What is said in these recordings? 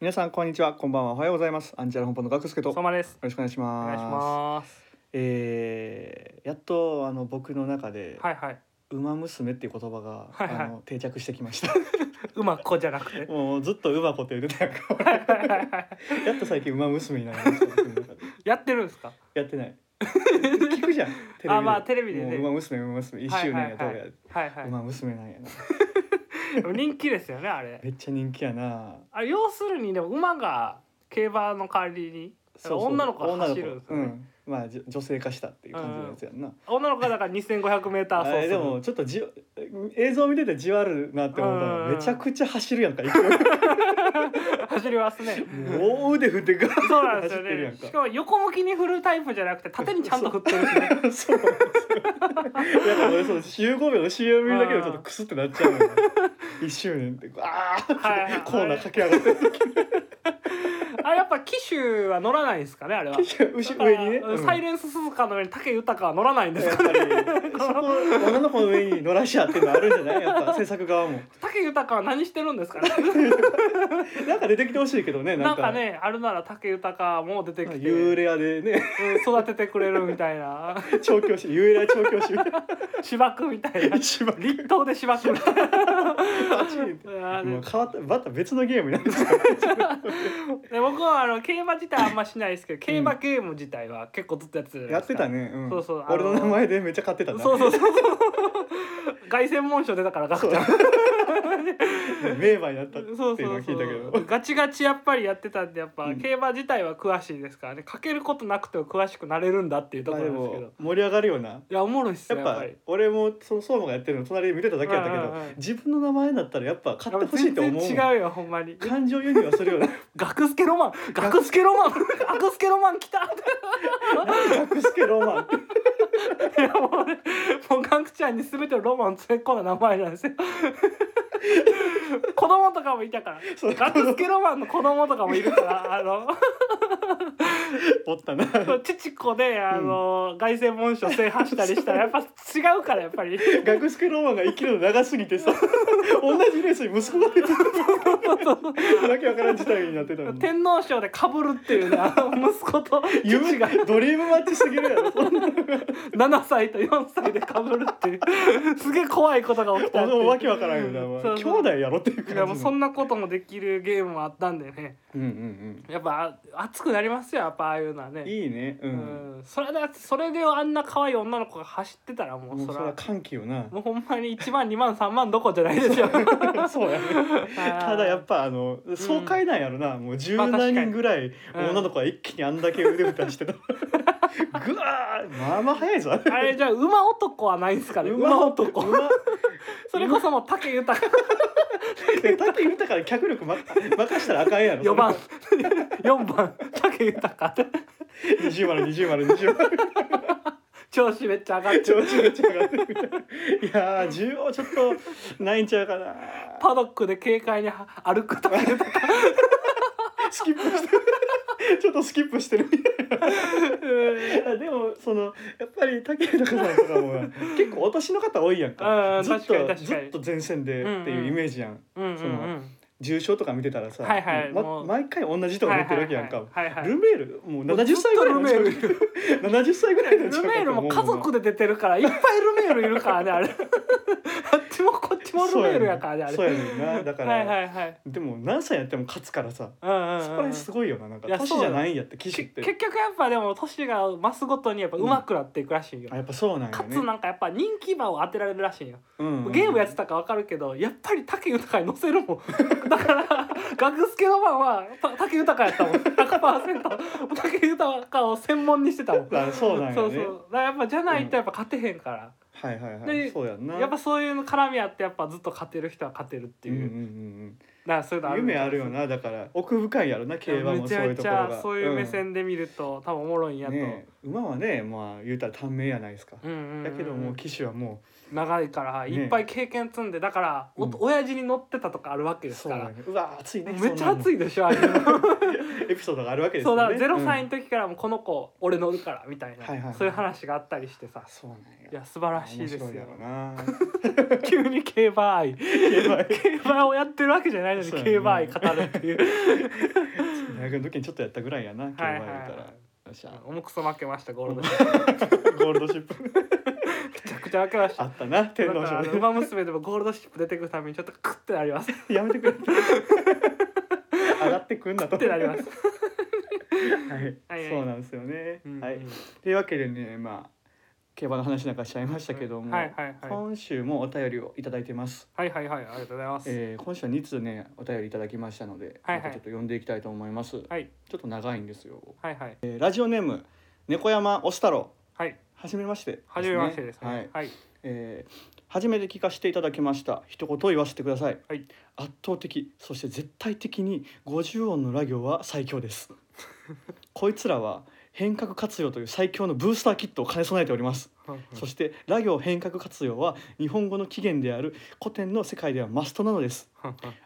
皆さんこんにちはこんばんはおはようございますアンチャラ本舗のガクスケとよ相馬です。ろしくお願いしおます願いします。えーやっとあの僕の中ではいはい。 「馬娘」っていう言葉が、はいはいあの定着してきま したうまこじゃなくて。もうずっと「馬子」って言ってたやんか俺はいはいはいはい やっと最近「馬娘」になりました僕の中で やってるんですか。やって ない聞くじゃんテレビであまあテレビでねもう馬娘馬娘1周年やどうや、はいは馬娘なんやない。でも人気ですよねあれ。めっちゃ人気やなあれ要するにでも馬が競馬の代わりにそうそう女の子が走るんですよね女の子うんまあじょ女性化したっていう感じのやつやんな、女の子がだから2500メーターあ走れすでる。もちょっとじわ映像見ててじわるなって思ったのうんめちゃくちゃ走るやんか勢い走ります ね。もう大腕振ってガーッそうなんてで走すよってるやんね。かしかも横向きに振るタイプじゃなくて縦にちゃんと振ってるしね。 そうな んですよだから俺その15秒の CM 見るだけでちょっとクスってなっちゃうのよ1周年ってああ、はいはいコーナー駆け上がって あれやっぱ機種は乗らないんですかねあれは。後ろ上にね、うんうんサイレンス鈴鹿の上に武豊は乗らないんですやっかぱりそこ女の子の上に乗らしゃっていうのあるんじゃないやっぱ制作側も武豊は何してるんですかねなんか出てきてほしいけどねななんんかかねあるなら武豊も出てきて、幽霊屋でねうん育ててくれるみたいな 調教師幽霊屋調教師みたいな芝生みたいな一 番立冬で芝生みたいなパチンってもう変わったまた別のゲームなんですよ で僕はあの競馬自体あんましないですけど、競馬ゲーム自体は結構ずっとやってたじゃなやいっですてかたね、うん、そうそう俺の名前でめっちゃ買ってたなそうそうそうそう凱旋門賞出たからガクちゃん名馬になったってい そのううそをうそ聞ういたけどガチガチやっぱりやってたんでやっぱ、うん競馬自体は詳しいですからねかけることなくても詳しくなれるんだっていうとまこあろでなんですけど、も盛り上がるよなやおもろいっすやねっやっぱぱり。俺もその相馬がやってるの隣で見てただけやったけうんうんうどん自分の名前だったらやっぱ買ってほしいと思うもん全然違うよほんまに感情輸入はするよな学助ロマン学助ロマン学助ロマン来た学助ロマンっていやもうねもうガクちゃんに全てのロマンを詰め込んだ名前なんですよ子供とかもいたから そう学助ロマンの子供とかもいるからあのおったな父子であの凱旋門賞制覇したりしたらやっぱ違うからやっぱり学助ロマンが生きるの長すぎてさ同じレースに息子が出 てるだけわからん事態になってたのに天皇賞でかぶるっていうねあの息子と父夢ががドリームマッチすぎるやろそんな7歳と4歳でかぶるっていうすげえ怖いことが起きたっていもううわけわからんよな、まあそう兄そう弟やろっていういや感もうじそのんなこともできるゲームもあったんでねうんうんやっぱあ熱くなりますよやっぱああいうのはうんねいいねう、うんん、それでそれであんな可愛い女の子が走ってたらもうもうそそれれはは歓喜よ なもうほんまに1万2万3万どこじゃないで すよそうやねただやっぱあの爽快なんやろな、もう十まあ確か何に人ぐらいうん女の子は一気にあんだけ腕を出してた ぐわーまあまあ早いぞあれじゃあ馬男はないんすかね馬 男馬それこそもう武豊で竹豊から脚力ま任したらあかんやろ4番4番 武豊20丸20丸20丸 調子めっちゃ上がってちょちょちょ上がってくるいやー10はちょっとないんちゃうかなパドックで軽快に歩く 武豊スキップしてるちょっとスキップしてるみた いなでもそのやっぱり竹豊さんとかも結構お年の方多いやんかうんずっと確かに確ずかにっと前線でっていうイメージやん、うんうんそのう重症とか見てたらさ、はいはいまもう毎回同じ人んが乗ってるわけやんか、はいはいはいルメールもうもうず70っと歳ぐらいのルメー近ルくいる 70歳ぐらいの ル近くメールも家族で出て るからいっぱいルメールいるからねあれ あっちもこっちもルメールやからねあれそうやねんなだから、はいはいはいでも何歳やっても勝つからさうんうんうんそこら辺すごいよななんかいや年じゃないんやって騎士ってけ結局やっぱでも年が増すごとにやっぱ上手くなっていくらしいよ、あやっぱそうなんやかねつなんかやっぱ人気馬を当てられるらしいよ、うんうんゲームやってたから分かるけどやっぱり武豊に乗せるもん だから学助の番はた武豊やったもん100%武 豊を専門にしてたもんあそうなんやねそうそうだからやっぱじゃないとやっぱ勝てへんから、はいはいはいでそうやんなやっぱそういうの絡みあってやっぱずっと勝てる人は勝てるっていう、うんうんうんだからそういううのん、夢あるよねなだから奥深いやろな競馬もそめちうゃいうめとちころゃがそういう目線で見ると、多分おもろいんうやんと、ねえ馬はねまあ言うたら短命やないですか、うんうんうんうんだけどもう騎手はもう長いからねいっぱい経験積んでだからおうん親父に乗ってたとかあるわけですそうかだらねうわ熱いねめっちゃ熱いいでしょああいうのエピソードがあるわけですそうよだね0うん歳の時からもうこの子俺乗るからみたいはいはいはないそういう話があったりしてさそうなんやいや素晴らしいですよ面白やろな 急に競馬愛競馬をやってるわけじゃないのにそうやね競馬愛語るって いう大学の時にちょっとやったぐらいやな今日はいははい言うたら、はよっしゃ重くそ負けましたゴールドめゴールドシップちゃくちゃ負けましたあった な天だか皇ら賞あの「ウねマ娘」でもゴールドシップ出てくるためにちょっとクッてな りますクやめてく れ上がってくんなとッてなりますはいはいはいそうなんですよね、うんはいというわけでねまあ競馬の話なんかしちゃいましたけども、はいはいはい今週もお便りをいただいてます、はいはいはいありがとうございます、えー、今週は2通ねお便りいただきましたので、はいはいまたちょっと読んでいきたいと思います、はいちょっと長いんですよ、はいはいえー、ラジオネーム猫山おすたろはいはじめましてですね、初めましてですはねいはいえー初めて聞かせていただきました一言言わせてください、はい圧倒的そして絶対的に50音のラ行は最強です こいつらは変革活用という最強のブースターキットを兼ね備えております、そしてラ行変革活用は日本語の起源である古典の世界ではマストなのです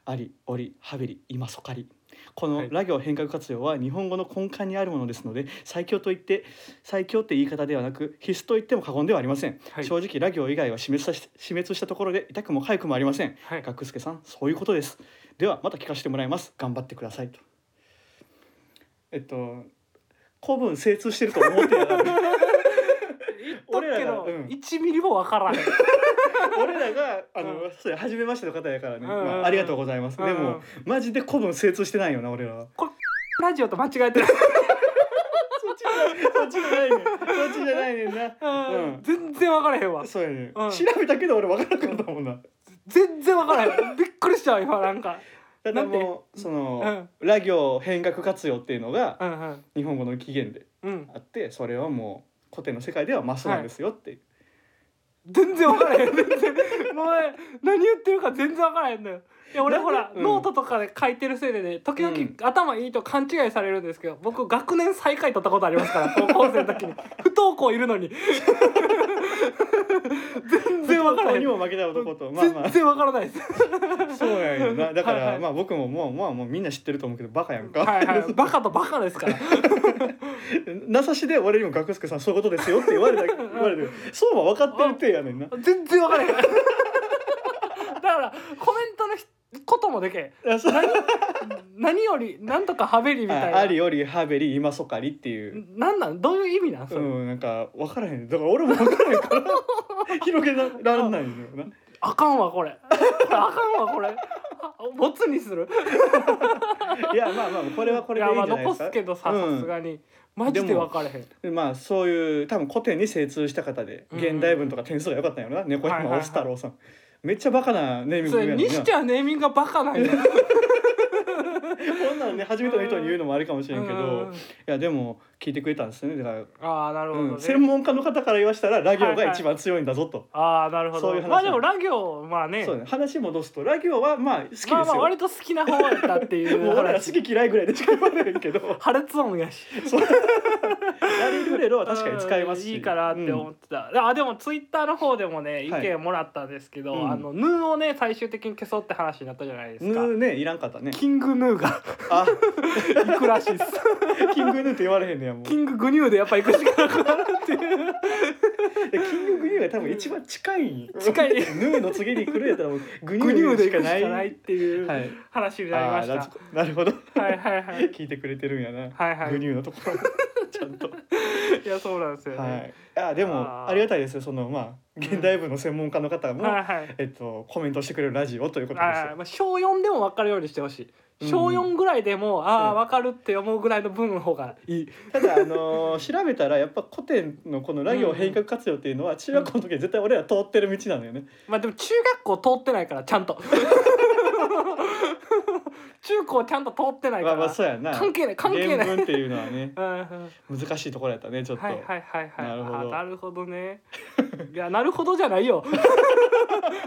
ありおりはべり今そかりこはのいラ行変革活用は日本語の根幹にあるものですので最強と言って最強って言い方ではなく必須と言っても過言ではありませんはい正直ラ行以外は死滅さし死滅したところで痛くも痒くもありませんはい学助さんそういうことですではまた聞かせてもらいます頑張ってくださいとえっと古文精通してると思ってな かった言っと俺くけらがど、うん1ミリもわか らない俺らがあの、うそれ初めましての方やからね、うんうんうんまあ、ありがとうございます、でうんうもんマジで古文精通してないよな俺らはラジオと間違えてる、そっちじゃそっちじゃないねんそっちじゃないねんなう、うん全然わからへんわんそうやね、うんん、調べたけど俺分からなかったもんな全然わからへんびっくりしたわ今なんかただもうその、ラ行変革活用っていうのがうんうん日本語の起源でうんあってそれはもう古典の世界ではマスなんですよっていう、全然わからへん全然もうね何言ってるか全然わからへんのよいや俺なんほでら、うんノートとかで書いてるせいでね時々うん頭いいと勘違いされるんですけど僕学年最下位取ったことありま すから高校生の時に不登校いるのに全然わからへにんも負けた男とまあま全然わからないですあそうやよなだから、はいはいまあ僕ももうまあもうみんな知ってると思うけどバカやんか、はいはいバカとバカですからなさしで俺にも学助さんそういうことですよって言 われた言われてるそうは分かってるってやねんな全然わからへんだからコメントのひこともでけんあそう何よりなんとかハベリみたいなあありよりはべり今そかりっていうなんなんどういう意味なんそれ、うん、なんか分からへんだから俺も分からへんから広げられないん だよなあかんわこれこれあかんわこれ あボツにするいやまあまあこれはこれでいいんじゃないやまあで残すかすけどさうんさすがにマジで分かれへんでまあそういう多分古典に精通した方でうん現代文とか点数が良かったんやろな、猫はい山はいはい押太郎さん、めっちゃバカなネーミングそやれのにになしてはネーミングがバカなんやこんなんね初めての人に言うのもあれかもしれんけど、うんいやでも聞いてくれたんですよねだから、ああなるほどうね、ん、専門家の方から言わしたらラ行が一番強いんだぞと、ああなるほどそういう話まあでもラ行まあねそうね話戻すとラ行はまあ好きですよ、まあまあ割と好きな方やったっ ていもうう俺ら話好き嫌いぐらいでしか言われへん けど破裂音やしラリルレロは確かに使えますしうんいいかなって思うっんてた、あでもツイッターの方でもね意はい見もらったんですけど、うんあのヌーをね最終的に消そうって話になったじゃないですヌか、ーねいらんかったねキングヌーがあ行くらしいですキングヌーって言われへんねやもうキンググニューでやっぱ行くしかなくなるっていうでキンググニューが多分一番近い近いヌーの次に来るやったらもうグニグニュューーでし行かくしないかないっていうはい話になりあまーした、なつなるほどはいはいはい聞いてくれてるんやな、はいはいグニューのところもちゃんといやそうなんですよはね、いあーであーもありがたいですよそのまあ現代文の専門家の方も、はい、はいえっとコメントしてくれるラジオということですあーまあ、小4でも分かるようにしてほしい、うん小4ぐらいでもああうん分かるって思うぐらいの分の方がいいただあのー調べたらやっぱ古典のこのラ行変革活用っていうのは中学校の時は絶対俺ら通ってる道なのよね、まあでも中学校通ってないからちゃんと 中高ちゃんと通ってないかまあら、まあそうやな関係ない関係ない原文っていうのはねうんうん難しいところやったねちょっと、はいはいはいはいなるほどあなるほどねいやなるほどじゃない よ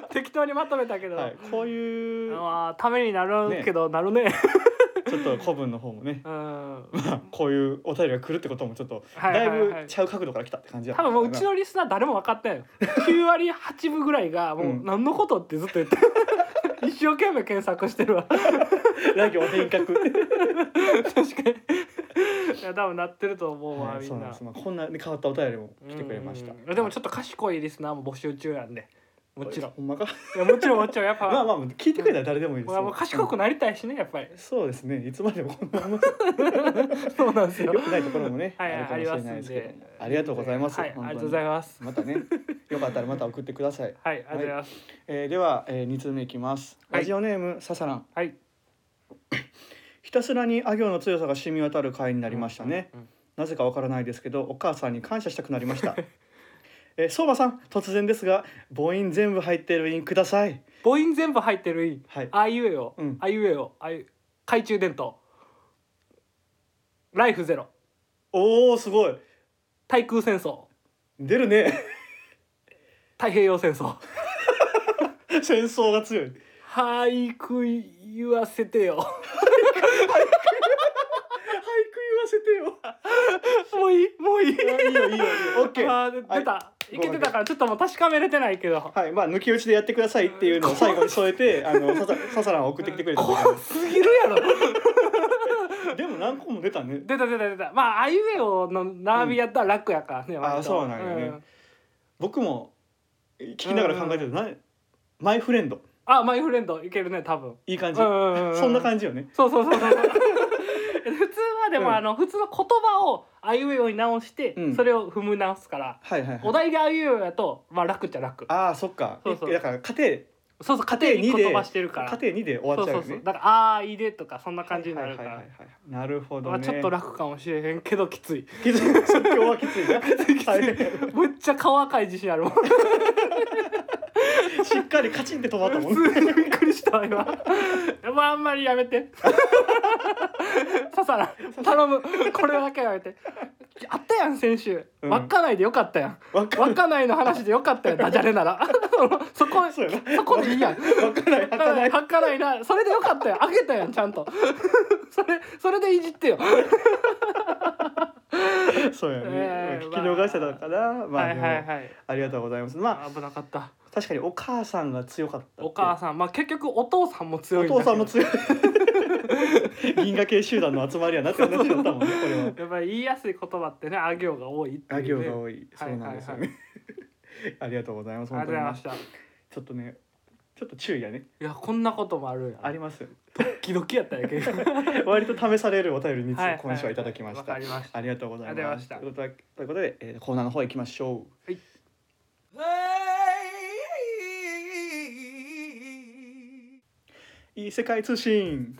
適当にまとめたけど、はい、こういうあーためになるけど、なるねちょっと古文の方もねうんうんまあこういうお便りが来るってこともちょっとはいだはいいぶはいちゃう角度から来たって感じだった多分もううちのリスナー誰も分かってないよ9割8分ぐらいがもううん何のことってずっと言って 一生懸命検索してるわラ行変革 確かにいや多分なってると思うわ、はいみそうんなんなですまあこんなね変わったお便りも来てくれましたうんでもちょっと賢いリスナーも募集中なんでもちろんほんまかいやもちろんもちろんやっぱ、まあまあ聞いてくれたら誰でもいいです俺はもう賢くなりたいしねやっぱりそうですねいつまでもこんな面そうなんですよ白くないところもね はいはいあるかもしれないですけどありますんでありがとうございますはいあり本が当とにうございますまたねよかったらまた送ってくださいはいありがとうございますえーでは、え2通目いきますはいラジオネームささらんはいひたすらにあ行の強さが染み渡る回になありましたね、うんなぜかわからないですけどお母さんに感謝したくなりました えー相馬さん突然ですが母音全部入ってる印ください母音全部入ってるいいはいあいうえおうんあいうえおあいう懐中電灯ライフゼロおおすごい対空戦争出るね 太平洋戦争戦争が強い俳句言わせてよ 俳句言わもういいもういいせてよいいよいいよいいよオッケーあーで出た、いい、けてたからちょっともう確かめれてないけどはいまあ抜き打ちでやってくださいっていうのを最後に添えてあのささささらんを送ってきてくれたんだ怖すぎるやろけ どでも何個も出たね出た出た出たまああいうえおの並びやったら楽やからね、割とあそうなんやね僕も聞きながら考えてるなマイフレンドあマイフレンドいけるね多分いい感じそそんな感じよねそうそうそうそう普通はでも、うんあの普通の言葉をあいうえおに直して、うんそれを踏む直すから、はいはいはいお題があいうえおやとまあ楽っちゃ楽ああそっかそうそうだから家そうそう家庭庭に言葉してるから家庭にで終わそっうちゃうそよねうそうだから「あーいで」とかそんな感じになるから、はいはいはいはいなるほどまあ、ねち ょっと楽かもしれへんけどきついきつい今日はきついな大むっちゃ顔赤い自信あるも ん変 しっかりカチンって止まったも ん普通にびっくりしたわ今まああんまりやめて ささら頼むこれだけはやめてあったやん先週うん稚内でよかったやんわか稚内の話でよかったよダジャレなら そこそうやなそこでいいやんわからない稚儚 内いないなそれでよかったよあげたやんちゃんと それそれでいじってよそうやねえー聞き逃してたからまあはいはいでもはいありがとうございますまああ危なかった確かにお母さんが強かったってお母さんまあ結局お父さんも強おいだけ父どさんも強い 銀河系集団の集まりやなって同じだったもんねこれはやっぱり言いやすい言葉ってねあ行が多いっていあうね行が多い、そうなんですよはいね。 ありがとうございます。あ本当にりがとうございましたいちょっとね、ちょっと注意がね、やこんなこともあるんやあります。気どきやったんや けど割と試されるお便りにつ、はい今週はいただきましわたか。りましたありがとうございありがとうございまましす。たということでということで、えーコーナーの方行きましょう。いい世界通信。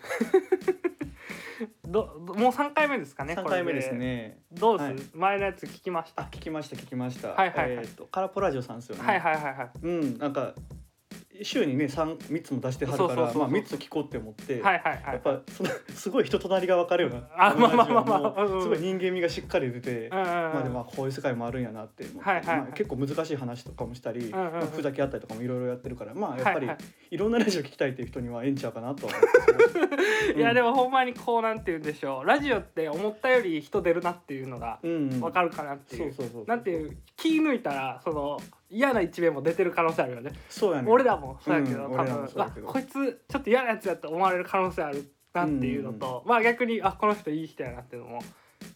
どどもう三回目ですかね三回目ですこれね。どうす、はい前のやつ聞きましたあ、聞きました、聞きました。はいはいはいえっと、カラポラジオさんですよね。はいはいはいはいうん、なんか。週にね、三、三つも出してはるかそうそうそうら、そうまあ、三つ聞こうって思って。はいはいはやいっぱそのすごい人となりが分かるようなあまあまあまあまあこのラジオはもううんすごい人間味がしっかり出て、うんうんうんまあでもまあこういう世界もあるんやなって思ってはいはいはいまあ、結構難しい話とかもしたり、んうんまあふざけあったりとかもいろいろやってるからまあやっぱりはいはいろんなラジオ聞きたいっていう人にはええんちゃうかなとは思っていやでも、もほんまにこうなんて言うんでしょうラジオって思ったより人出るなっていうのがうんうん、わかるかなってい、そううそうそうなんていう気抜いたらその嫌な一面も出てる可能性あるよねそうやね俺らもそうやけど、うん多俺らも分そうやけどあこいつちょっと嫌なやつやと思われる可能性あるなっていうのと、まあ逆にあこの人いい人やなっていうのも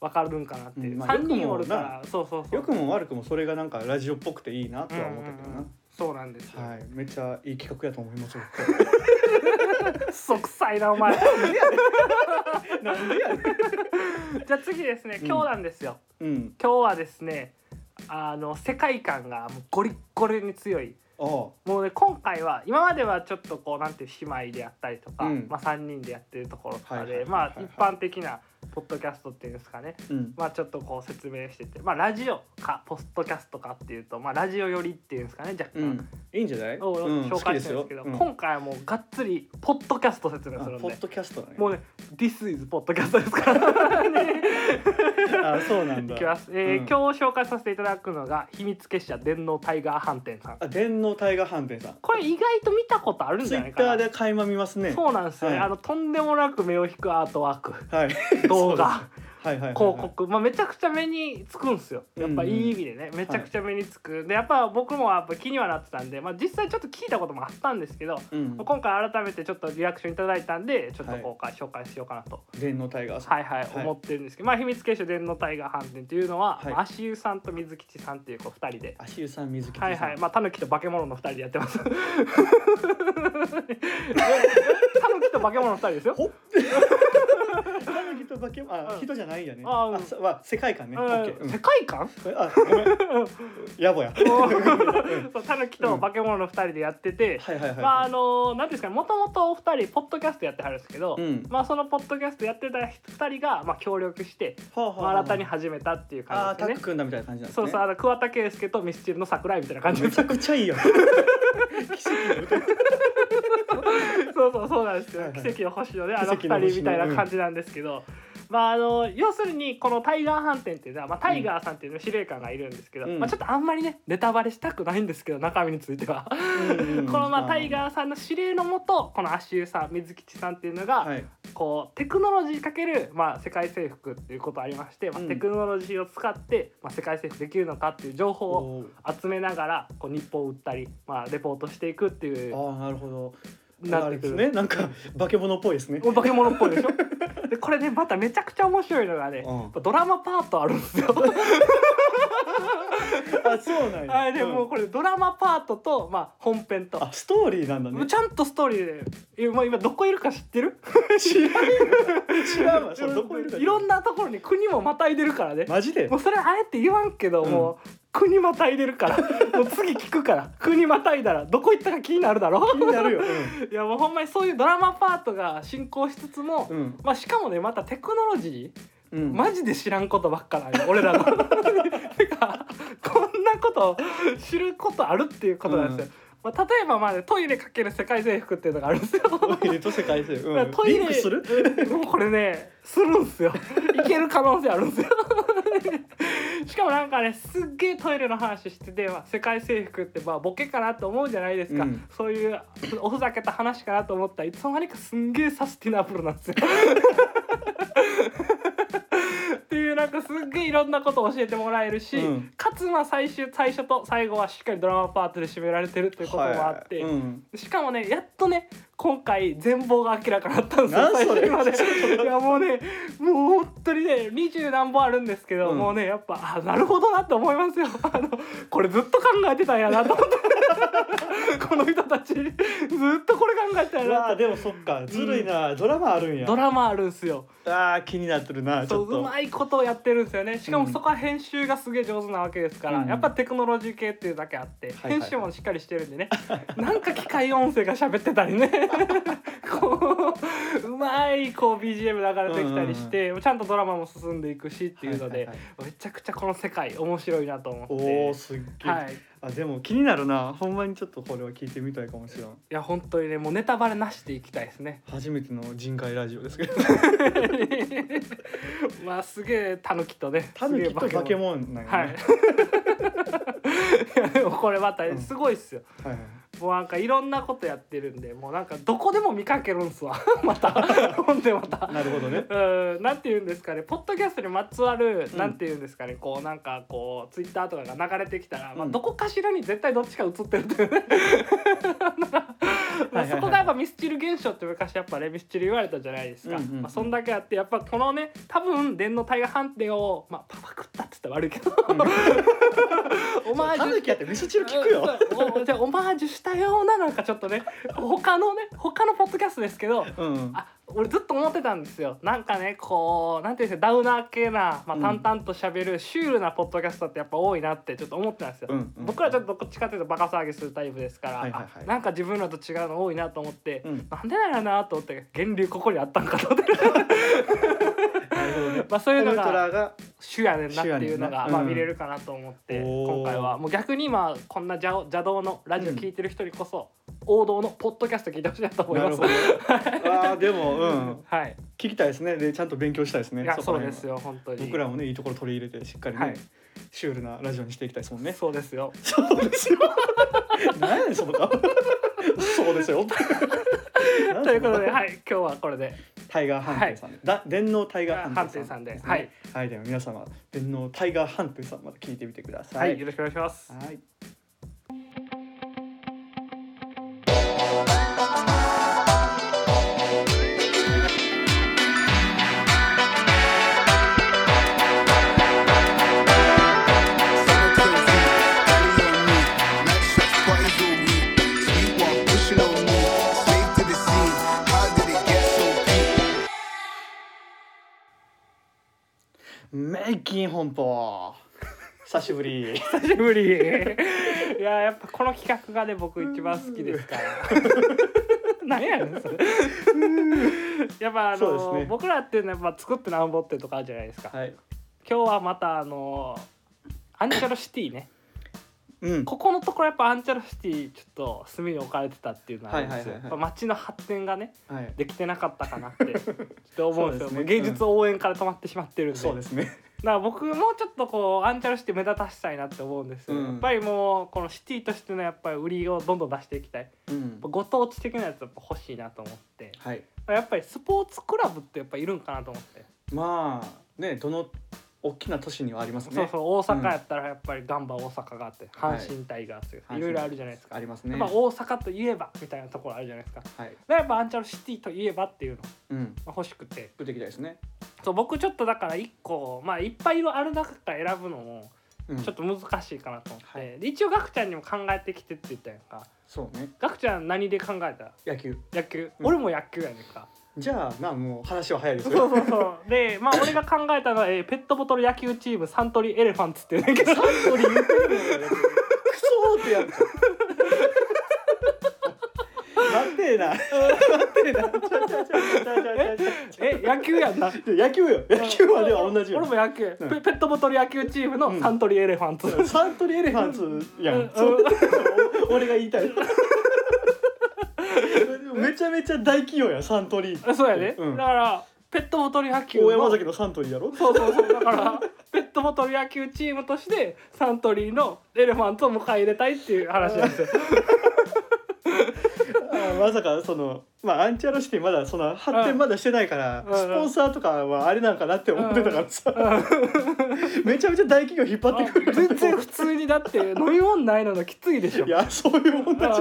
分かるんかなっていう、うんまあ3良く人もおるからそうそうそうよくも悪くもそれがなんかラジオっぽくていいなとは思ったけどうんうんなう、んそうなんですよ、はい、めっちゃいい企画やと思いますよくそくさいなお前 なんでやねんじゃあ次ですね今日なんですよ、うん今日はですねあの世界観がもうゴリッゴリに強いあもうね今回は今まではちょっとこうなんていう姉妹でやったりとか、うんまあ、3人でやってるところとかはいはいはいではいまあ一般的なポッドキャストっていうんですかねあうんまあちょっとこう説明しててまあラジオかポッドキャストかっていうとまあラジオ寄りっていうんですかね若う干、ん、いいんじゃない、をうん、紹介してるんですけど、今回はもうがっつりポッドキャスト説明するあんポッで。ドキャストだねもうね「This is ポッドキャスト」で すから、あそうなんいだきます、えーうん今日紹介させていただくのが秘密結社電脳タイガー飯店さんあ電脳タイガー飯店さんこれ意外と見たことあるんじツイゃないッかタなーで垣間見ますねそうなんですよね、はい あのとんでもなく目を引くアートワークはい動動 画はいはいはいはい広告、まあ、めちゃくちゃ目につくんですよやっぱいい意味でね、めちゃくちゃ目につく、でやっぱ僕もやっぱ気にはなってたんで、まあ、実際ちょっと聞いたこともあったんですけど、うん今回改めてちょっとリアクションいただいたんでちょっと今回紹介しようかなと、電脳タイガーさんはいはいはい思ってるんですけど、まあ、秘密結社電脳タイガー飯店っていうのは、はいまあ足湯さんと水吉さんっていうこう2人で。足湯さん水木さんはいはい、まあ、タヌキと化け物の二人でやっ てます。タヌキと化け物の二人ですよ。ほっタヌキと化け物あうん人じゃないやねあうんあさまあ世界観ねうんオッケ ーうん世界観。あごめんやぼや そうタヌキと化け物の二人でやってて。はいはいはいまああのなんていうんですかもともとお二人ポッドキャストやってはるんですけど、うんまあそのポッドキャストやってた二人がまあ協力して、はあはあまあ、はあ新たに始めたっていうあ感ーじタでッすグ組ね。んだみたいな感じなんですそうねそうあの桑田佳祐とミスチルの桜井みたいな感じで めちゃくちゃい いよ そうそうそうなんですよはいはい奇跡の星野であの二奇跡の星人野みたいな感じなんですけど、まああの要するにこのタイガー飯店っていうのは、まあ、タイガーさんっていう司令官がいるんですけど、うんまあ、ちょっとあんまりねネタバレしたくないんですけど中身については、うんこのまあタイーガーさんの指令のもとこの足湯さん水吉さんっていうのが、はいこうテクノロジーかける、まあ、世界征服っていうことありまして、まあ、うんテクノロジーを使って、まあ、世界征服できるのかっていう情報をおー集めながらこう日報を売ったり、まあ、レポートしていくっていうああなるほどななっんてでくするねなんか化け物っぽいですねお化け物っぽいでしょでこれねまためちゃくちゃ面白いのがね、うんやっぱドラマパートあるんですよ あそうなんや あでもうこれドラマパートと、まあ、本編とあストーリーなんだねちゃんとストーリーでえもう今どこいるか知ってる知らんよ知らんわそうどこいるかろんなところに国もまたいでるからねマジでもうそれあえて言わんけど、うんもう国またいでるから もう次聞くから国またいだらどこ行ったか気になるだろ気になるよいやもうほんまにそういうドラマパートが進行しつつも、うんまあ、しかもねまたテクノロジーうんマジで知らんことばっかなんよ俺らの。てかこんなこと知ることあるっていうことなんですよ。まあ、例えばまあね、トイレかける世界征服っていうのがあるんですよ。トイレと世界線うだからん トイレリンクする もうこれねするんすよ。いける可能性あるんですよ。 しかもなんかねすっげえトイレの話してて、まあ、世界征服ってまあボケかなと思うじゃないですか、うんそういうおふざけた話かなと思ったらいつの間にかすんげえサスティナブルなんですよ。 っていうなんかすっげえいろんなことを教えてもらえるし、うんかつまあ最終最初と最後はしっかりドラマパートで締められてるっていうこともあって、はいうんしかもねやっとね今回全貌が明らかになったんですよなん最それ初まで いやもうねもう本当にね二十何本あるんですけど、うんもうねやっぱあなるほどなって思いますよ あのこれずっと考えてたんや なと思ってこの人たちずっとこれ考えてたんうやなわとーでもそっかずるいなドラマあるんやドラマあるんすよあー気になってるなちそょうっとうまいことをやってるんですよねしかもうんそこは編集がすげえ上手なわけですから、うんやっぱテクノロジー系っていうだけあって、いはい編集もしっかりしてるんでねなんか機械音声が喋ってたり ねこううまいこう BGM 流れてきたりして、ちゃんとドラマも進んでいくしっていうので、はははめちゃくちゃこの世界面白いなと思って。おおすっげえ、はい、いあでも気になるなほんまにちょっとこれは聞いてみたいかもしれんや本当にねもうネタバレなしでいきたいです ね 初めての人海ラジオですけどまあすげえ タヌキとねタヌキとすげえ化け物なんはやい。ね、いやでもこれまたうんすごいっすよ、はいはいもうなんかいろんなことやってるんでもうなんかどこでも見かけるんすわ またほんでまたなるほどねうんなんて言うんですかねポッドキャストにまつわる、うんなんて言うんですかねこうなんかこうツイッターとかが流れてきたら、まあ、うんどこかしらに絶対どっちか映ってる っていうねまはいはいはあいそこがやっぱミスチル現象って昔やっぱレミスチル言われたじゃないですか、うんうんうんまあ、そんだけあってやっぱこのね多分電脳大河判定を、まあ、パパクったって言ったら悪いけど、 オマージタュヌキやって味噌汁聞くようんおじゃあオマージュしたようななんかちょっとね他のね他のポッドキャストですけどうんあ俺ずっと思ってたんですよなんかねこうなんていうんですかダウナー系な、まあ、うん淡々としゃべるシュールなポッドキャストってやっぱ多いなってちょっと思ってたんですよ、うんうん僕らちょっとどっちかというとバカ騒ぎするタイプですから、はいはいはいあなんか自分らと違うの多いなと思って、うんなんでだよなと思って源流ここにあったんかと思って なるほどねまあそういうウのルトがラが主やねんなっていう主やねんなのが、まあ、うん見れるかなと思って、おー今回はもう逆に今こんな邪邪道のラジオ聞いてる人にこそ、王道のポッドキャスト聞いてほしいなと思いなまるすほ。 どああでもうんはい、聞きたいですねでちゃんと勉強したいですねいやこそらうで辺はすよ本当に僕らもねいいところ取り入れてしっかりね、はいシュールなラジオにしていきたいですもんね そうですよ。そうですよ 何やねん その顔そうですよということで、はい、今日はこれで。タイガーハンテンさんで、だ電脳タイガーハンテンさんハンテンさんでははいい、はい、では皆様電脳タイガーハンテンさんまた聞いてみてくださ。はいい、よろしくお願いします。はいメイキン本舗久しぶ り久しぶり。いや、やっぱこの企画がね、僕一番好きです から。なんやねん、それ。 やっぱ、あそうですの、ね僕らっていうのは、やっぱ作ってなんぼってとかあるじゃないですか。はい今日はまた、あの、アンチャロシティね。うんここのところ、やっぱアンチャロシティ、ちょっと隅に置かれてたっていうのはあるんですはいはよ。やいはいはいっぱ街の発展がね、はいできてなかったかなって。ちょっと思うんでそうすよ。ですね芸術応援から止まってしまってるんで。そうですねだから僕もうちょっとこうアンチャルして目立たしたいなって思うんですよ、うんやっぱりもうこのシティとしてのやっぱり売りをどんどん出していきたいやうんっぱご当地的なやつやっぱ欲しいなと思ってはいやっぱりスポーツクラブってやっぱいるんかなと思って、まあねどの大きな都市にはありますねそうそう大うん阪やったらやっぱりガンバ大阪があってはい阪神タイガースはいいろいろあるじゃないですか、ありますねやっぱ大阪といえばみたいなところあるじゃないですかだかはいらやっぱアンチャルシティといえばっていうのうんが欲しくて出てきたいですねそう僕ちょっとだから1個まあいっぱい色ある中から選ぶのもうんちょっと難しいかなと思って、はいで一応ガクちゃんにも考えてきてって言ったやんかそうねガクちゃん何で考えた野球野球、うん俺も野球やねんかじゃあなもう話は早いです そようそうそうでまあ俺が考えたのは、えーペットボトル野球チームサントリーエレファンツって言うねんけどサントリー言ってるのよクソーってやるなんてえななんてえなちゃうちゃうちゃうちゃうちゃうちゃうちゃう え野球やんな野球よ野球はでは同じ俺よも野球、うんペペットボトル野球チームのサントリーエレファンツ、サントリーエレファンツやうんんそう俺が言いたいめちゃめちゃ大企業やサントリー そうやで、うんだからペットボトル野球の大山崎のサントリーやろそうそうそうだからペットボトル野球チームとしてサントリーのエレファンツを迎え入れたいっていう話なんです よあまさかそのまあアンチャロシティまだその発うん展まだしてないからうんうんスポンサーとかはあれなんかなって思ってたからさうんめちゃめちゃ大企業引っ張ってくる全然普通にだって飲み物ないのがきついでしょいやそういうもんたち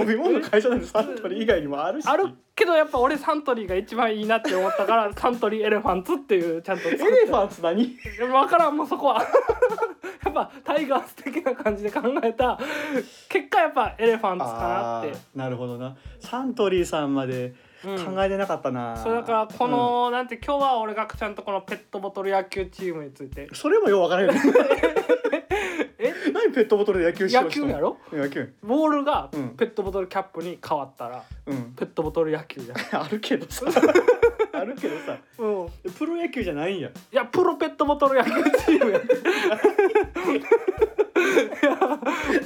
飲み物の会社なんてサントリー以外にもあるしあるけどやっぱ俺サントリーが一番いいなって思ったからサントリーエレファンツっていうちゃんと作エってレファンツ何分からんもうそこは やっぱタイガース的な感じで考えた結果やっぱエレファンツかあなってーなるほどなサントリーさんまでうん考えてなかったな、そうだからこの、なんて今日は俺がちゃんとこのペットボトル野球チームについ うてん、それもよう分からへんね え何ペットボトルで野球しよう野球やろ野球ボールがうんペットボトルキャップに変わったらうん ペットボトル野球や、あるけど さあるけどさうん、いプロ野球じゃないんややプロペットボトル野球チームやって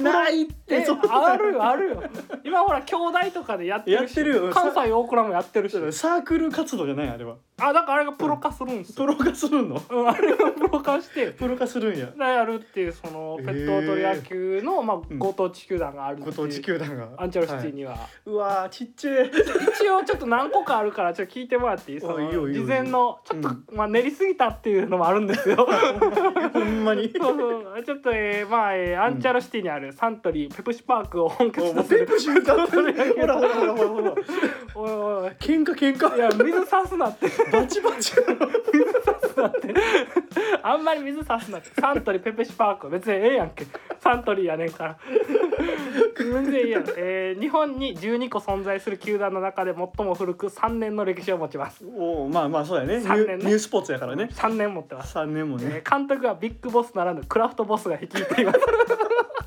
ないって えそんなあるよあるよ今ほら兄弟とかでやってるしやってるよ関西大倉もやってるしサークル活動じゃないあれはあだからあれがプロ化するんですプよ、ロ化する のうん、あれがプロ化してプロ化するんややるっていうそのペットボトル野球の、まあ、ご当地球団があるってごい当う地球団がアンチャルシティはには、いうわーちっちゃい一応ちょっと何個かあるからちょっと聞いてもらっていいそあいいよのいい事よ前のちょっと、うんまあ、練りすぎたっていうのもあるんですよほん まに そうそうちょっと、えーまあ、えーアンチャルシティにあるサントリーペプシパークを本拠も地うもとうすペるプシ歌ってるほらほらほらほらほらおいおい喧嘩喧お嘩いいや水さすなってバチバチあんまり水さすなってサントリーペペシパーク別にええやんけサントリーやねんから全然いいやん、えー日本に12個存在する球団の中で最も古く3年の歴史を持ちます おーまあまあそうやねニ三ュ年ーねニュースポーツやからね3年持ってます、 3年もねえー監督はビッグボスならぬクラフトボスが率いています、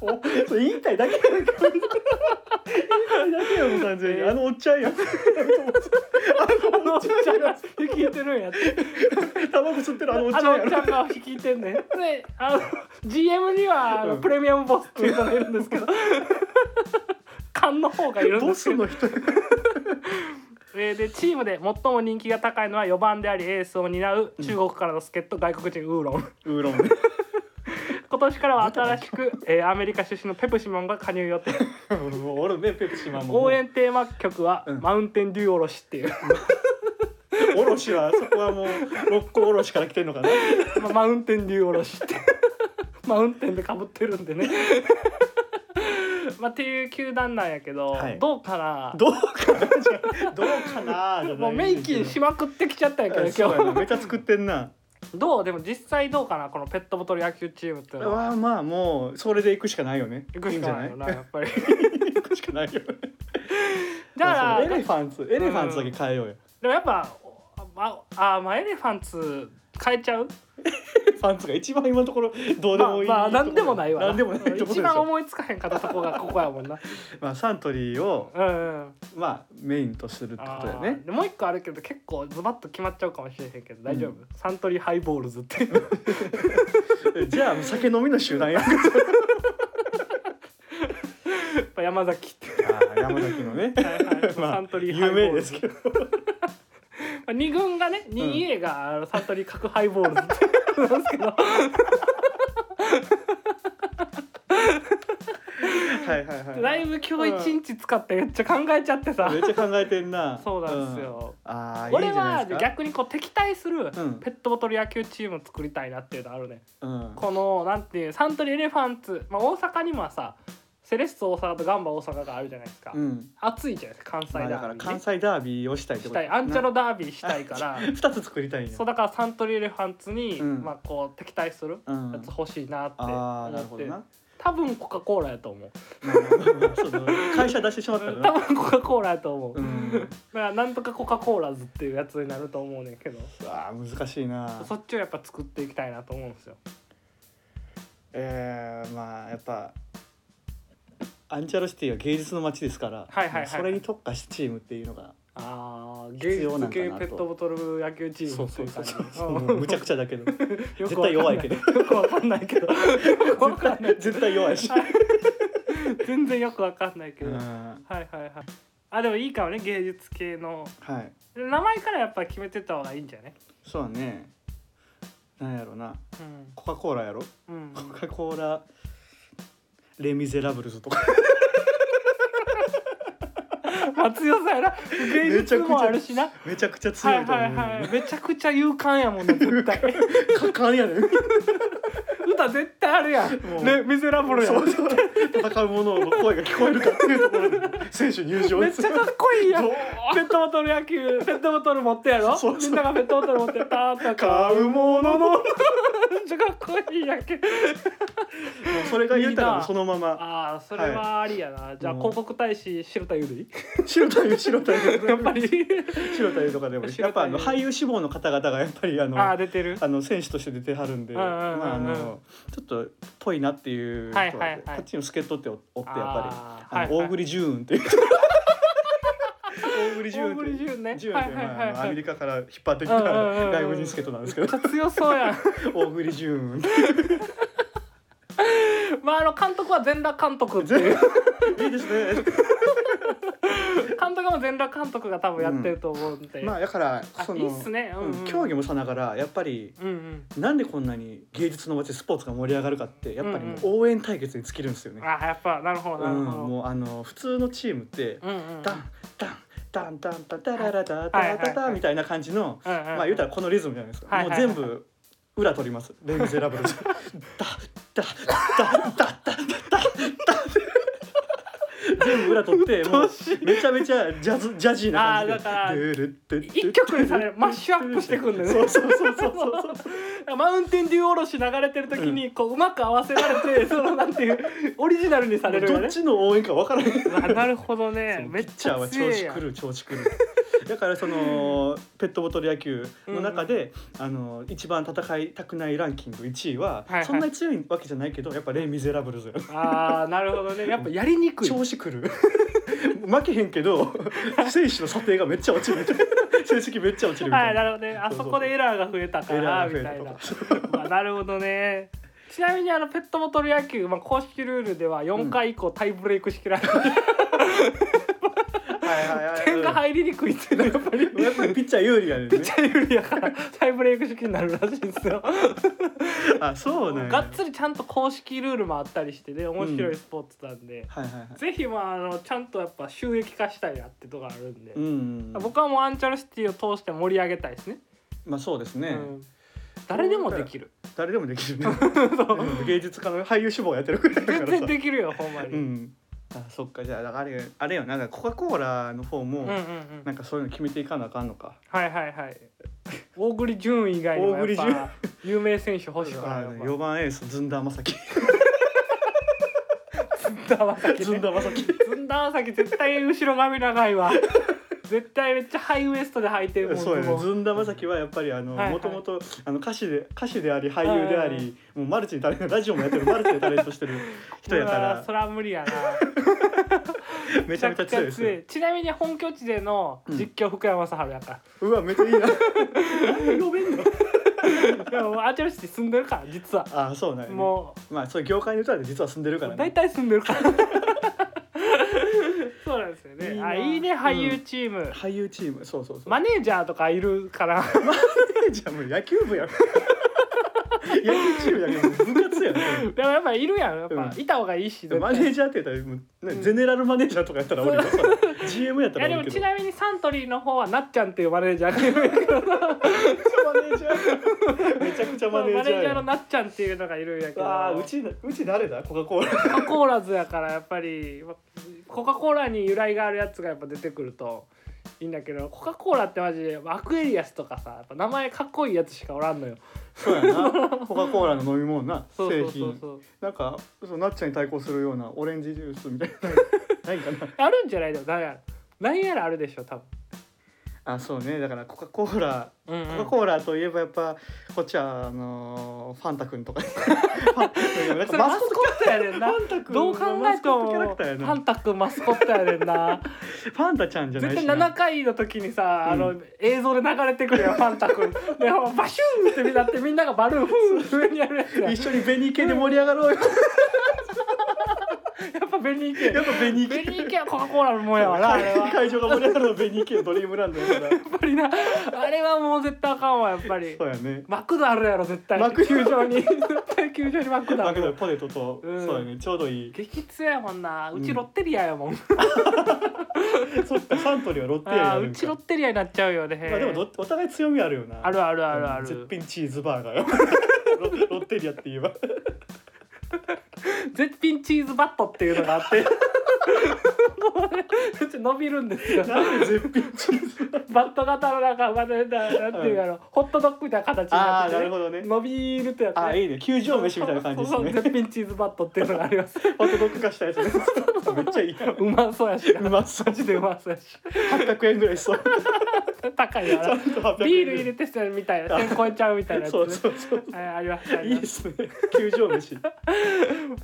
おそれ言いたいだけやん言いたいだけやもう完 全にあのおっちゃんやあのおっちゃんが率いてるんやってタバコ吸ってるあのおっちあのゃおんやっちろゃんが率いてんねんであの GM にはあの、うんプレミアムボスっていうのがいるんですけど 勘の方がいるんでボすけスどの人えーでチームで最も人気が高いのは4番でありエースを担う中国からの助っ人、外国人ウーロン ウーロンね今年からは新しく、えーアメリカ出身のペプシマンが加入予定もうおるねペプシマンも応援テーマ曲は、うんマウンテンデューおろしっていう、おろしはそこはもう六甲おろしから来てんの かなまあマウンテンデューおろしって マウンテンでかぶってるんでねまあっていう球団なんやけど、はいどうかなどうかなじゃあどうかなじゃないもうメイキンしまくってきちゃったんやけどうんそうやな今めっちゃ作ってんな日どうでも実際どうかなこのペットボトル野球チームっていうのはわあまあもうそれで行くしかないよね行くしかないよなやっぱり いいんじゃない行くしかないよねだかそうらエレファンツエレファンツだけ変えようよでもやっぱああまあエレファンツ変えちゃうエレファンツが一番今のところどうでもいいところまあ、まあ、なんでもないわなんでもないところでし一番ょ思いつかへんかったとこがここやもんなまあサントリーをうんうんまあメインとするってこあとだよーねでもう一個あるけど結構ズバッと決まっちゃうかもしれへんけど大丈夫、うんサントリーハイボールズっていうじゃあ酒飲みの集団やあやっぱ山崎っていうー山崎のねはいはい まあサントリーハイ有ボー名ルでズすけどまあ二軍がねん二 a があのサントリー角ハイボールズっていうなんですけどはいはいはいだいぶ今日一日使ってめっちゃ考えちゃってさめっちゃ考えてんなそうなんですうよ、んああいいんじ俺ゃなはいですか逆にこう敵対するうんペットボトル野球チームを作りたいなっていうのあるね、うんこのなんていうサントリーエレファンツ、まあ、大阪にもさセレッソ大阪とガンバ大阪があるじゃないですか、うん熱いじゃないですか関西まあダだかーらビー、関ね西ダービーをしたいってしこたといアンチャロダービーしたい から2つ作りたいんやそうだからサントリーエレファンツに、うんまあ、こう敵対するうんやつ欲しいなってああなる思っほてどるな多分コカ・コーラやと思うまあまあまあ その会社出してしまったら多な分コカ・コーラやと思う、うだんからなんとかコカ・コーラズっていうやつになると思うねんけどうわあ難しいなそっちをやっぱ作っていきたいなと思うんですよえー、まあやっぱアンチャロシティは芸術の街ですから、はいはいはいそれに特化したチームっていうのがああ芸必要な術んかなと系ペットボトル野球チームっていう感じ もうむちゃくちゃだけどよく絶わかんな対弱いけどよくわかんないけどよくわかんない絶対弱いし、全然よくわかんないけうど、ん、はいははいはいあでもいいかもね芸術系のい名前からやっぱ決めてった方がいいんじゃねそうだねなんやろなうんコカ・コーラやろうんコカ・コーラレ・ミゼラブルズと かまあ強さやな芸術もあるしなめちゃくちゃは強いいと思う、はいはいめちゃくちゃ勇敢やもんね絶対 果敢やねん歌絶対あるやもんうねミゼラブルやんそうそう戦う者の声が聞こえるかっていうところで選手入場めっちゃかっこいいやんどう ペットボトル野球ペットボトル持ってやろそうそうみんながペットボトル持ってたーと買うもののもうめっちゃかっこいいや んけそれが言えたいいらなそのままああそれはありやな、じゃあうん広告大使白田ゆる白田優白田優り や っぱり白田優とかでもいい白田優やっぱあの俳優志望の方々がやっぱりあのあああ出てるの選手として出てはるんで、うんうんうんうんまああのちょっとっぽいなっていう人ははいはいはいこっちの助っ人っておおってやっぱありーあのはいはい大栗純雲っていう大栗純大雲っ栗ていう純ね純は雲っいてはいまあはいあのはアメいめリっカから引っ張ってきうたんうんうんうん外国人助っ人なんですけどちゃ強そうやん 大栗純まああの監督は全裸監督って全 いう雲いいですね監督も全裸監督が多分やってると思うんで、まあだからあそのいいっすね、うんうんうん競技もさながらやっぱりうんうんなんでこんなに芸術の街スポーツが盛り上がるかってやっぱりもうう応援対決に尽きるんですよね。ああやっぱなるほどうなるん、ほど、もうあの普通のチームってうんうんうんダンダンダンダンダンダララダダはいはいダはダいみたいな感じのうんうんうんまあ言うたらこのリズムじゃないですはか。いもはういは全い部裏取り ます。レミゼラブルズ。ダダダダダ ダダダ。全部裏取ってもうめちゃめちゃジャズジャジーな感じで。あーだからドゥルドゥルドゥル一曲にされるマッシュアップしてくんだよねそうそうそうそうそうそうマウンテンデューおろし流れてる時にこううまく合わせら れて、そのなんていうオリジナルにされるよどねっちの応援か分からへんピあなるほどねめっッちチャーゃは強調い子やんくる調子くるだからそのペットボトル野球の中で、あの一番戦いたくないランキング1位は、はいはいそんなに強いわけじゃないけどやっぱレ・ミゼラブルズあーなるほどねやっぱやりにくい調子くる負けへんけど選手の査定がめっちゃ落ちるみたいな成績めっちゃ落ちるみたはいいななるほどねあそこでエラーが増えたかエらラーみがたいな増え まあなるほどねちなみにあのペットボトル野球、まあ、公式ルールでは4回以降タイブレイク式らしい、あはいはいはい点が入りにくいっていうのはやっぱりやっぱりピッチャー有利やねんピねッチャー有利やからタイブレイク式になるらしいんですよ。あそうなんやがっつりちゃんと公式ルールもあったりしてね面白いスポーツなんで、はいはいはいぜひまああのちゃんとやっぱ収益化したいなってとこあるんで、うんうんうん僕はもうアンチャルシティを通して盛り上げたいですね。まあそうですね、うん誰でもできる。誰でもでき るねうん芸術家の俳優志望やってるくらい だか全ら然さできるよ、ほんまに。ううんんあそっかじゃあだからあれあれよなんかコカ・コーラの方も、うんうん。なんかそういうの決めていかなあかんのかはいはいはい。大栗純以外にも大栗やっぱ有名選手欲しくなあいよの。四番エースずんだまさきずんだまさきね。ずんだまさきずんだまさき絶対後ろ髪長 いわ。絶対めっちゃハイウエストで履いてるもん。そうやズボねンずんだまさきはやっぱりあのはいはいもともとあの歌手で歌手であり俳優であはいはいはりもうマルチにタレントラジオもやってるマルチでタレントしてる人やかうわーそられは無理やな。 めちゃめちゃ強いですよめちゃくちゃ強いちなみに本拠地での実況福山雅治やかうわめっちゃいい な何呼べんのら。いやもうアンチャルシティ住んでるから実は。あそうなんやねもまあそういう業界の人は実は住んでるからねう大体住んでるから。そうなんですよね。いいなあいいね俳優チーム。俳優チームそうそうそうマネージャーとかいる から。じゃあもう野球部やん野 球チームやけど部活やんでもやっぱいるやん。やっぱうんいた方がいいし。絶対マネージャーって言ったらもうね、ゼネラルマネージャーとかやったら俺 GM やったいら俺やでもけどちなみにサントリーの方はなっちゃんっていうマネージャーがいるマネージャーめちゃくちゃママネネーージャジーャーやのなっちゃんっていうのがいるんやけどあーうちうち誰だコカ・コーラコカ・コーラズやからやっぱりコカ・コーラに由来があるやつがやっぱ出てくるといいんだけどコカ・コーラってマジでアクエリアスとかさやっぱ名前かっこいいやつしかおらんのよそうやなコカ・コーラの飲み物 なそう製そうそう品そうなんかそうなっちゃんに対抗するようなオレンジジュースみたい なないかなあるんじゃないでも何やら何やらあるでしょ多分あそうねだからコカ・コーラうんうんコカ・コーラといえばやっぱこっちはあのーファンタ君と かファンタ君なんそかれマスコットやねんなファンタ君どう考えてもマスコットキャラクターやフなァンタ君マスコットやねんなファンタちゃんじゃない絶し対な7回の時にさ、あうの映像で流れてくるよファンタ君でバシューンってなってみんながバルーンフーン上にやるやつや一緒にベニー系で盛り上がろうよやっぱベニーやっ系ぱベニーベ系ニー系はコカ・コーラのもんやわなあれは や会場が盛り上がるのベニー系ドリームランドやからっぱりなあれはもう絶対あかんわやっぱりそうやねマクドあるやろ絶対マクド球場に絶対球場にマクドあマクドナルるドポテトと、うんそうやねちょうどいい激強やもんなうちうんロッテリアやもん、そっかサントリーはロッテあリアにあーるうんちロッかテリアになっちゃうよねまあでもどお互い強みあるよなあるあるあるあうんる絶品チーズバーガーよロロッテリアって言えば絶品チーズバットっていうの があってこれうち伸びるんですよなんで絶品チーズバーバット型のなんかまだなんていうやろ、ホットドッグみたいな形になガーっあーてなてるね、ほどね伸びるってやつ、ね、あーいいね球場飯みたいな感じですそうそうね絶品チーズバットっていうのがあります ホットドッグ化したやつねめっちゃいいやんうまそうやしなうまそうマジでうまそうやし800円ぐらいしそう高いやちゃろんと800円ビール入れてそれみたいな1000超えちゃうみたいなやつ、ね、そうそうそうはいありましたあいりいまでしすね球場飯た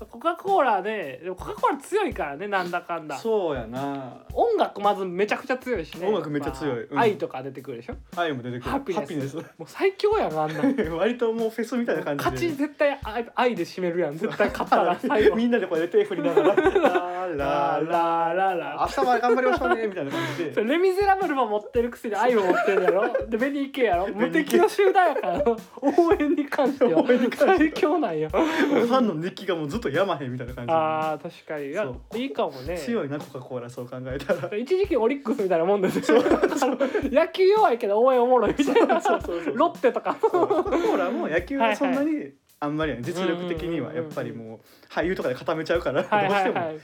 コカ・コーラででもコカ・コーラ強いからねなんだかんだそうやな音楽まずめちゃくちゃ強いしね音楽めっちゃ強いやっぱうん愛とか出てくるでしょ愛も出てくるハピネスハもう最強やんあ んなんピネス割ともうフェスみたいな感じで勝ち絶対愛愛で締めるやん絶対勝ったら最後 みんなでこうやって手振りながら「ララーラララーラ明日は頑張りましょうね」みたいな感じ そでれレ・ミゼラブルも持ってるくせに愛も持ってるやろでベニー系やろニー無敵の集団やから応援に関しては応援に関して最強なんよファンの熱気がもうずっとやまへんみたいな感あー確かにいやそいいかもじねで強いなコカ・コーラそう考えたら一時期オリックスみたいなもんですよ 野球弱いけど応援おもろいみたいなそうそうそうロッテとかそうコカ・コーラも野球はそんなにあんまりやねいは実い力的にはやっぱりもう俳優とかで固めちゃうからどはいはいうはいはい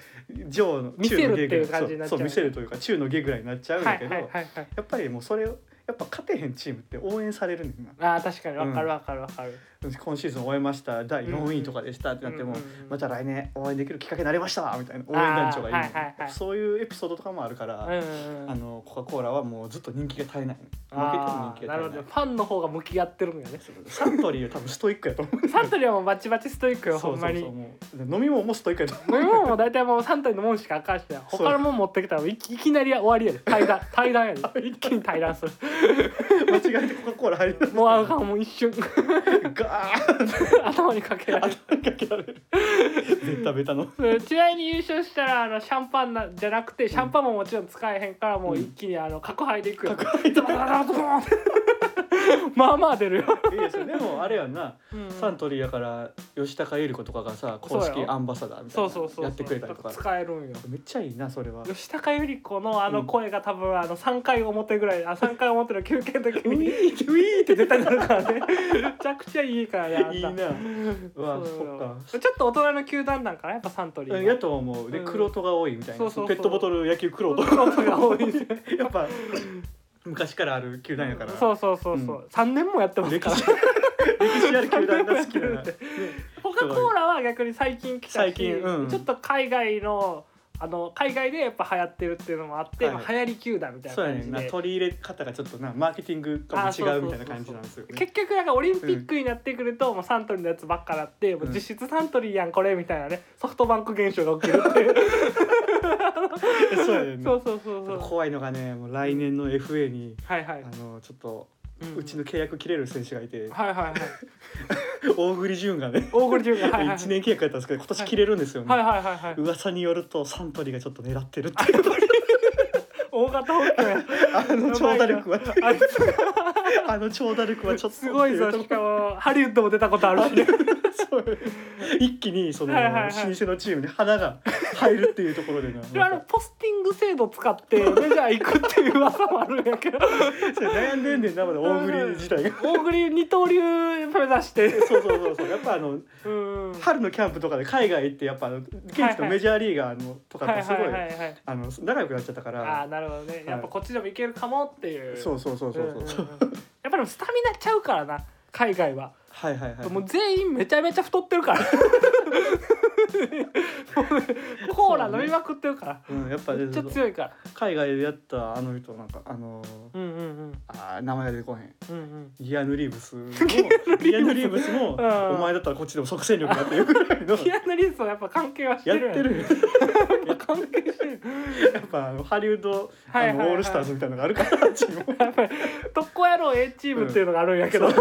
しても上の見せ中るのって下いうぐら感じいになっちゃそうう見せるというか中の下ぐらいになっちゃうんはだいけどはいやはいっぱりもうそれをやっぱ勝てへんチームって応援されるねんなあー確かにわかるわかるわかる今シーズン終えました第4位とかでしたってなっても、うんうんうんまた来年応援できるきっかけになりましたみたいな応援団長がいるあーはいはいはいそういうエピソードとかもあるから、うんうんうんあのコカ・コーラはもうずっと人気が足りない負けてもあ人気ーなが足るほりなどいファンの方が向き合ってるんやねサントリーは多分ストイックやと思うサントリーはもうバチバチストイックよそほうんそまうにそう飲もう飲み物もス トイックやと思み物も大体もうサントリーのもんしかあかんしなそう他のもん持ってきたらいきいきなり終わりやで対談対談やで一気に対談する間違えてコカ・コーラ入りもうあかんもう一瞬ガーン頭にかけられる頭かけられるベタベタのうんちなみに優勝したらあのシャンパンなじゃなくてシャンパンももちろん使えへんからもう一気にあの角杯でいくよ、角杯とあードーンってまあまあ出るよ、いいですよでもあれやんなうんサントリーやから吉高由里子とかがさ公そう式よアンバサダーみたいそなうそうそうそうやってくれたりとか使えるんよめっちゃいいなそれは吉高由里子のあの声が多分あの3回表ぐらいあ3回表の休憩の時ウにィーってウィーっ出たからねめちゃくちゃいいからねあんたいいなうわそうそっかちょっと大人の球団なんかなやっぱサントリーはうんやと思うでうん黒人が多いみたいそうなそうそうペットボトル野球黒人黒人が多いねやっぱ昔からある球団やからそうそうそうそう、三3年もやってますか歴ら史歴史ある球団が好きだなねコカ・コーラは逆に最近来たし最近うんちょっと海外のあの海外でやっぱ流行ってるっていうのもあって、はいまあ、流行り球団みたいなそうや感ねじんなで。取り入れ方がちょっとなマーケティングともあそうそ違うそううみたいな感じなんですよね結局なんかオリンピックになってくるともうサントリーのやつばっかだってもう実質サントリーやんこれみたいなねソフトバンク現象が起きるっていうそうやねんな そうそうそうそう怖いのがねもう来年の FA にはいはいあのちょっとんうちの契約切れる選手がいてはいはいはい大栗旬がね大栗純が はいはいはい1年契約やったんですけど今年切れるんですよね、はいはいはいはい噂によるとサントリーがちょっと狙ってるって いう大型ホッケーあの長打力はあいつあの長打力はちょっとすごいぞって うしかもハリウッドも出たことあるしねそう一気にそのはい老はいはい舗のチームに花が入るっていうところでなであのポスティング制度使ってメジャー行くっていう噂もあるんやけどそれ悩んでんねんなまだ大栗自体が大栗二刀流目指して そうそうそうそうやっぱあのうん春のキャンプとかで海外行ってやっぱあの現地のメジャーリーガーのとかはといすごいはいはいはいあの仲良くなっちゃったかああらなるほどねいやっぱこっちでもいけるかもっていうそうそうそうそうそううんうんうんやっぱでもスタミナちゃうからな海外ははいはいはいもう全員めちゃめちゃ太って るからコーラ飲みまくってるからうんやっぱめっちゃ強いから海外でやったあの人なんかあのーうんうんうんあー名前が出てこへんうんうんギアヌ・リーブスもギアヌ・リーブスもうんお前だったらこっちでも即戦力だっていうぐらいのキアヌ・リーブ スはやっぱ関係はしてやるよっねてるよやっぱ関係してるやっぱあのハリウッドはあいはいはいのオールスターズみたいなのがあるからチー ムもやっぱり特攻野郎 A チームっていうのがあるんやけど、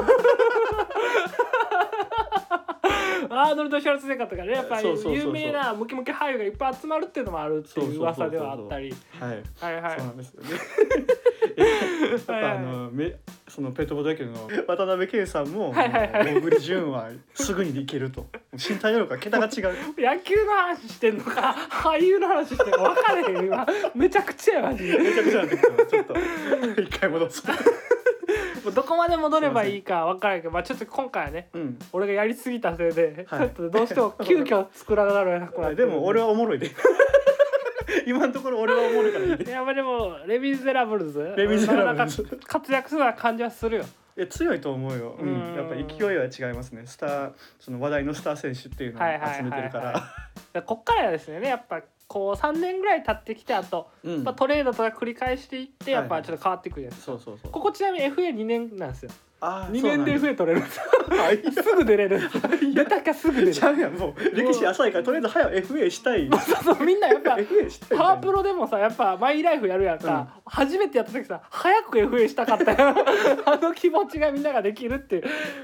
アーノルド・シュワルツェネッガーとかねやっぱりそうそうそうそう有名なムキムキ俳優がいっぱい集まるっていうのもあるっていう噂ではあったりはいはいはいそうなんです よねやっぱあのめそのペットボトル野球の渡辺圭さんもはいはいはい小栗旬はすぐにいけると身体能力が桁が違う野球の話してんのか俳優の話してんのか分かれへん今めちゃくちゃやマジ でめちゃくちゃなんだけどちょっと一回戻すもうどこまで戻ればいいか分からんけど、まあ、ちょっと今回はねうん俺がやりすぎたせいで、はいちょっとどうしても急遽作らざるを得なくなってでも俺はおもろ いで今のところ俺はおもろいからいいでいやまあでも「レ・ミゼラブルズ」レミゼラブルズなかなか活躍するような感じはするよえ強いと思うよ、ううんん、やっぱ勢いは違いますねスターその話題のスター選手っていうのをはいはいはいはい集めてるからでこっからですねやっぱこう3年ぐらい経ってきてあと、うんまあ、トレードとか繰り返していってやっはぱいはいちょっと変わってくるやつ、そうそうそうここちなみに FA2 年なんですよあ2年で FA 取れるんですよ FA すぐ出れるんですよ出たかすぐ出るちゃうやんもう歴史浅いからとりあえず早く FA したいそうそうみん なやっぱ FA したいパワープロでもさやっぱマイライフやるやんか、初めてやった時さ早く FA したかったよ あの気持ちがみんなができるっていう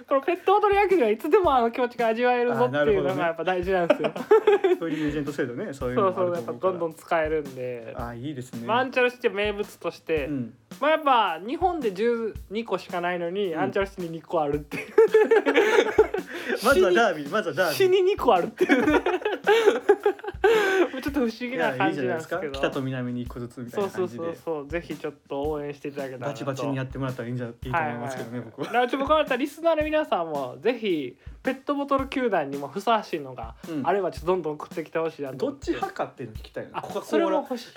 このペットボトル野球ではいつでもあの気持ちが味わえるぞっていうのがやっぱ大事なんですよ、フリーエージェント制度ね そういうそのもうあそるうやとっぱ思うからどんどん使えるんで、あいいですねまあ、アンチャルシティ名物として、うんまあやっぱ日本で12個しかないのに、アンチャルシティに2個あるっていう まずはダービーまずはダービー死に2個あるっ ていうね ちょっと不思議ないやい感いじじゃなでないんですすかけど北と南に一個ずつみたいそうなそ感うじそでうそうぜひちょっと応援していただけたらなとバチバチにやってもらったらいいんじゃいいと思いますけどね、僕だは。からちょっと僕はリスナーの皆さんもぜひペットボトル球団にもふさわしいのがうんあればちょっとどんどん送ってきてほしいなとど思ってち派かっていうの聞きたいな。あコカ・コそれーもラ、欲し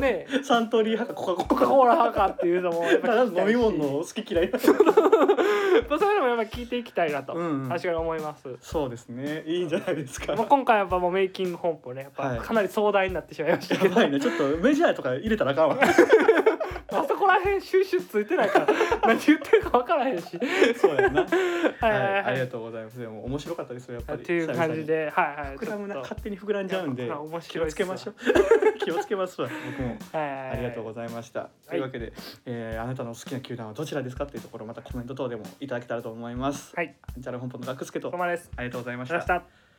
ねサントリー派かコカ・ココーカ・ラ。コーラ派かっていうのもやっぱ聞きた飲いしみ物の好き嫌い。まあそういうのもやっぱ聞いていきたいなとうんうん確かに思います、そうですね。いいんじゃないですか。まあ、や今回はやっぱもうメイキング本舗ねやっはぱいかなり壮大になってしまいましたけど、 ばいね。ちょっとメジャーとか入れたらあかんわ。あそこららへん収集つい てないから何言ってるか分からへんしそうやな。はいはいはいありがとうございます。でも面白かったですよやっぱり。っていう感じではいはい久々に。膨らむなちょっと勝手に膨らんじゃうんいでや面気白をいっつすけわましょう。 気をつけますわ。僕も。はいはいはいありがとうございました。というわけで、えーあなたの好きな球団はどちらですかっていうところまたコメント等でもいただけたらと思います。はいじゃあ本舗のガックスケとここまでですありがとうございまし。ありがとうございましたた